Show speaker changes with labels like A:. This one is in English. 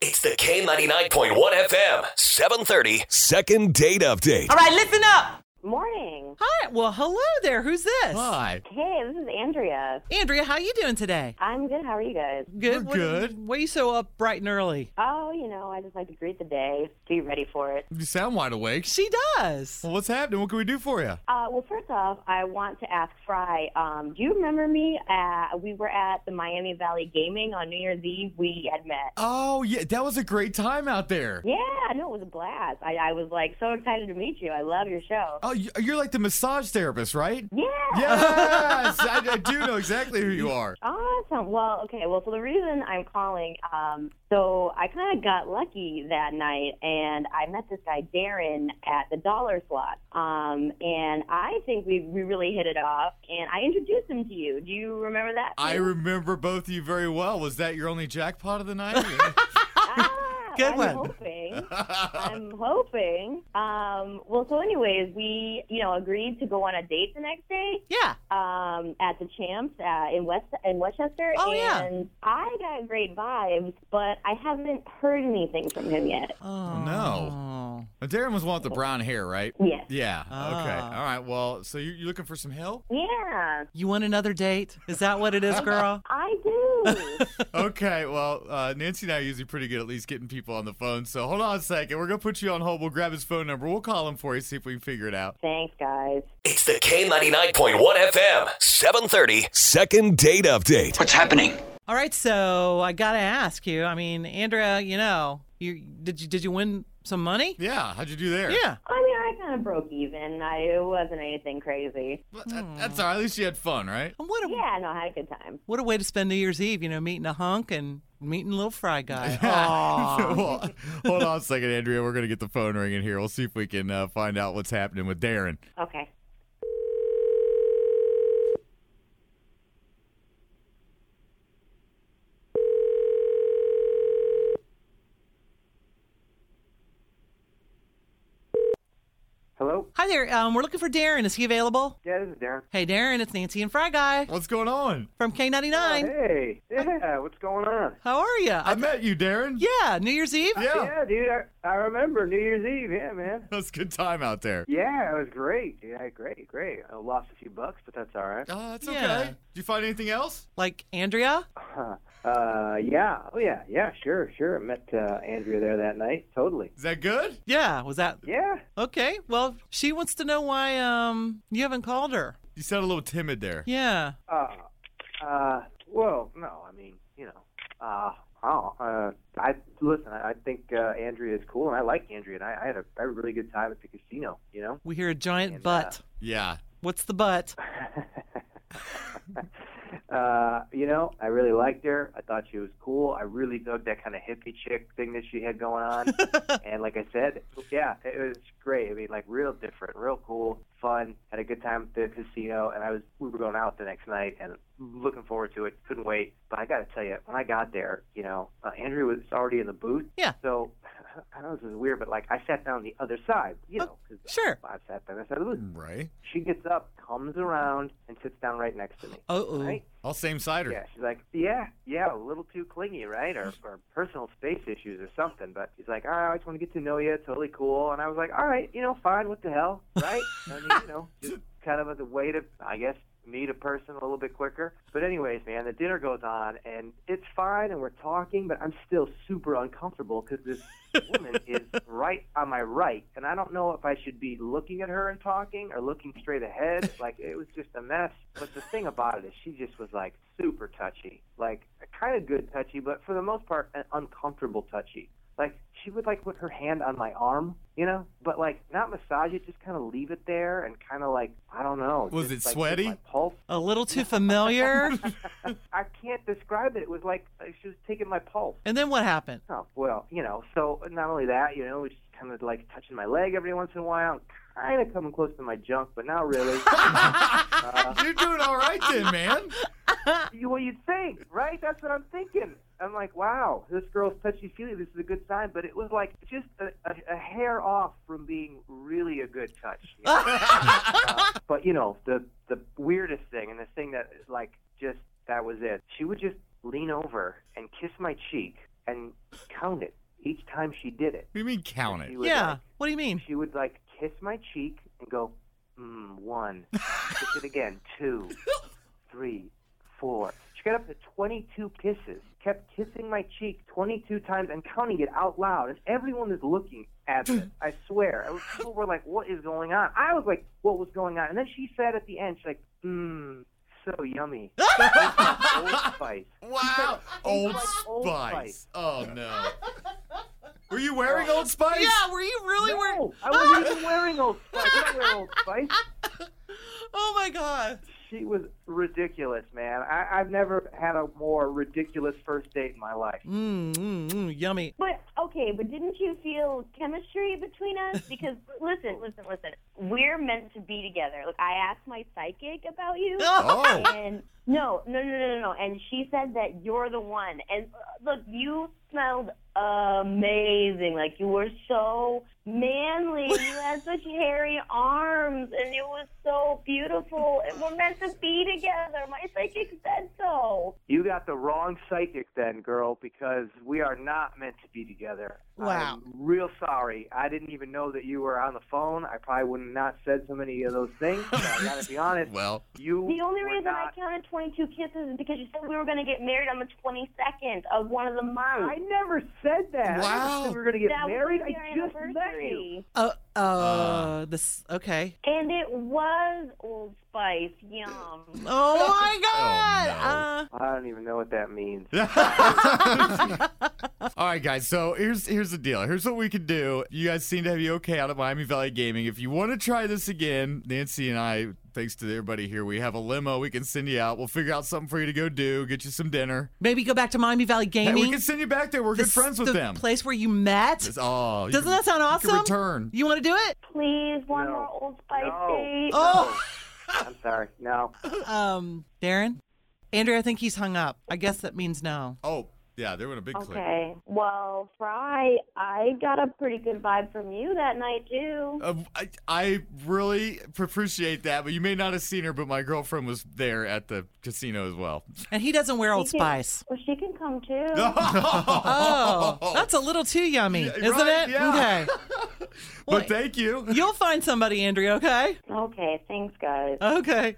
A: It's the K99.1 FM, 730.
B: Second date update.
C: All right, listen up.
D: Morning.
C: Hi. Well, hello there. Who's this?
E: Hi.
D: Hey, this is Andrea.
C: Andrea, how you doing today?
D: I'm good. How are you guys?
C: Good.
E: We're good.
C: Why you so up bright and early?
D: Oh, you know, I just like to greet the day, be ready for it.
E: You sound wide awake.
C: She does.
E: Well, what's happening? What can we do for you?
D: Uh, well, first off, I want to ask Fry. Um, do you remember me? Uh, we were at the Miami Valley Gaming on New Year's Eve. We had met.
E: Oh, yeah. That was a great time out there.
D: Yeah, no, it was a blast. I, I was like so excited to meet you. I love your show.
E: Oh, you- you're like the massage therapist, right?
D: Yeah.
E: Yes. I, I do know exactly who you are.
D: Awesome. Well, okay. Well, so the reason I'm calling, um, so I kind of got lucky that night, and I met this guy Darren at the dollar slot, um, and I think we we really hit it off, and I introduced him to you. Do you remember that?
E: I
D: too?
E: remember both of you very well. Was that your only jackpot of the night?
D: Ah,
C: Good
D: I'm
C: one.
D: hoping. I'm hoping. Um, well, so anyways, we you know agreed to go on a date the next day,
C: Yeah.
D: um, at the Champs uh, in West in Westchester,
C: Oh, yeah.
D: and I got great vibes, but I haven't heard anything from him yet.
C: Oh
E: no. Darren was one with the brown hair, right?
D: Yes.
E: Yeah. Okay.
C: Ah.
E: All right. Well, so you- you're looking for some help?
D: Yeah,
C: You want another date? Is that what it is, girl?
D: I do.
E: Okay, well, uh, Nancy and I are usually pretty good at least getting people on the phone. So hold on a second. We're going to put you on hold. We'll grab his phone number. We'll call him for you, see if we can figure it out.
D: Thanks, guys.
A: It's the K99.1 FM, 730.
B: Second date update.
F: What's happening?
C: All right. So I gotta ask you. I mean, Andrea, you know, you did you did you win some money?
E: Yeah, how'd you do there?
C: Yeah.
D: I mean, I kind of broke even. I it wasn't anything crazy.
E: Well, that- uh, that's all right. At least you had fun, right?
C: And what a
D: Yeah, no, I had a good time.
C: what a way to spend New Year's Eve. You know, meeting a hunk and meeting a little fry guy.
E: well, hold on a second, Andrea. We're going to get the phone ringing here. We'll see if we can uh, find out what's happening with Darren.
D: Okay.
G: Hello?
C: Hi there. Um, we're looking for Darren. Is he available?
G: Yeah, this is Darren.
C: Hey, Darren. It's Nancy and Fry Guy
E: What's going on?
C: from K99.
G: Hey. Yeah, what's going on?
C: How are you?
E: I met you, Darren.
C: yeah, New Year's Eve.
E: Yeah.
G: Yeah, dude, I, I remember New Year's Eve. Yeah, man.
E: That's a good time out there.
G: Yeah, it was great. Yeah, great, great. I lost a few bucks, but that's all right.
E: Oh, that's
C: Yeah.
E: okay. Did you find anything else?
C: Like Andrea.
G: Uh, yeah. Oh, yeah, yeah, sure, sure. I met uh, Andrea there that night. Totally.
E: Is that good?
C: Yeah, was that
G: Yeah.
C: okay? Well, she wants to know why um you haven't called her.
E: You sound a little timid there.
C: Yeah.
G: Uh, uh, well, no, I mean, you know, uh, oh, uh, I listen. I, I think uh, Andrea is cool, and I like Andrea. And I, I had a, I had a really good time at the casino. You know.
C: We hear a giant
G: And,
C: butt.
E: Yeah.
C: What's the butt?
G: uh, you know, I really liked her. I thought she was cool. I really dug that kind of hippie chick thing that she had going on. and like I said, yeah, it was great. I mean, like real different, real cool, fun. Had a good time at the casino, and I was we were going out the next night and looking forward to it. Couldn't wait. But I got to tell you, when I got there, you know, uh, Andrew was already in the booth.
C: Yeah.
G: So I know this is weird, but like I sat down the other side, you know, 'cause
C: Oh, sure.
G: I sat down the side of the booth.
E: Right.
G: She gets up, comes around, and sits down right next to me.
C: Uh oh.
G: Right?
E: All same cider.
G: Yeah. She's like, yeah, yeah, a little too clingy, right? Or, or personal space issues or something. But she's like, oh, I just want to get to know you. Totally cool. And I was like, all right, you know, fine. What the hell, right? I mean, you know, just kind of as a way to, I guess, meet a person a little bit quicker. But anyways, man, the dinner goes on, and it's fine, and we're talking, but I'm still super uncomfortable because this woman is right on my right, and I don't know if I should be looking at her and talking or looking straight ahead. Like it was just a mess. But the thing about it is, she just was like super touchy, like kind of good touchy, but for the most part, an uncomfortable touchy. Like she would like put her hand on my arm, you know, but like not massage it, just kind of leave it there and kind of like I don't know.
E: Was
G: just,
E: it
G: like,
E: sweaty?
G: just, like, pulse
C: A little too familiar.
G: I can't describe it. It was like uh, she was taking my pulse.
C: and then what happened?
G: Oh, well, you know, so not only that, you know, just kind of like touching my leg every once in a while, kind of coming close to my junk, but not really. Uh,
E: You're doing all right then, man.
G: you, what you'd think, right? That's what I'm thinking. I'm like, wow, this girl's touchy feely. This is a good sign, but it was like just a, a, a hair off from being really a good touch. you know? Uh, but you know, the the weirdest thing, and the thing that like just that was it. She would just lean over and kiss my cheek and count it each time she did it.
E: do you mean count it?
G: She would,
C: Yeah. What do you mean?
G: like- she would like kiss my cheek and go, mm, one, kiss it again, two, three, four. She got up to 22 kisses, kept kissing my cheek 22 times and counting it out loud. And everyone is looking at this. I swear. I was- People were like, what is going on? I was like, what was going on? And then she said at the end, she's like, mmm, so yummy. Old Spice.
E: Wow. Old
G: like Old
E: Spice.
G: Spice.
E: Oh, no. Were you wearing Old Spice?
C: Yeah, were you really wearing?
G: No, I wasn't even wearing Old Spice. I didn't wear Old Spice.
C: Oh my god.
G: She was ridiculous, man. I, I've never had a more ridiculous first date in my life.
C: Mm, mm, mm, yummy.
D: But okay, but didn't you feel chemistry between us? Because listen, listen, listen. We're meant to be together. Look, I asked my psychic about you.
C: Uh,
E: Oh.
D: And no, no, no, no, no, no. And she said that you're the one. And uh, look, you smelled amazing. Like you were so manly. You had such hairy arms, and it was so beautiful. And we're meant to be together. My psychic said so.
G: You got the wrong psychic then, girl, because we are not meant to be together.
C: Wow.
G: I'm real sorry. I didn't even know that you were on the phone. I probably would have not said so many of those things. but I gotta be honest.
E: Well,
G: You
D: The only
G: were
D: reason I
G: not...
D: counted 22 kisses is because you said we were going to get married on the 22nd of one of the months.
G: I never said that. I never
E: Wow.
G: said we were gonna get
D: that
G: married.
D: was your
G: I just met you.
D: anniversary.
C: Uh, uh, this. Okay.
D: And it was Old Spice. Yum.
C: Oh my god. Uh,
G: I don't even know what that means.
E: All right, guys. So here's here's the deal. Here's what we can do. You guys seem to be okay out of Miami Valley Gaming. If you want to try this again, Nancy and I, thanks to everybody here, we have a limo. We can send you out. We'll figure out something for you to go do. Get you some dinner.
C: Maybe go back to Miami Valley
E: Hey,
C: Gaming.
E: we can send you back there. We're
C: the,
E: good friends with
C: the
E: them.
C: place where you met.
E: It's- oh, you
C: Doesn't
E: can-
C: that sound
E: you
C: awesome?
E: can return.
C: You want to do it?
D: Please, one
G: No.
D: more Old Spice
G: No.
D: date.
C: Oh,
G: I'm sorry. No.
C: um, Darren, Andrea, I think he's hung up. I guess that means no.
E: Oh, yeah. They were in a big clip.
D: Okay. Well, Fry, I got a pretty good vibe from you that night, too.
E: Uh, I, I really appreciate that, but you may not have seen her, but my girlfriend was there at the casino as well.
C: And he doesn't wear Old
D: She can-
C: Spice.
D: Well, she can come, too.
C: Oh, that's a little too yummy,
E: Yeah,
C: isn't
E: right,
C: it?
E: yeah.
C: Okay. Well,
E: but thank you.
C: you'll find somebody, Andrea. Okay.
D: Okay. Thanks, guys.
C: Okay.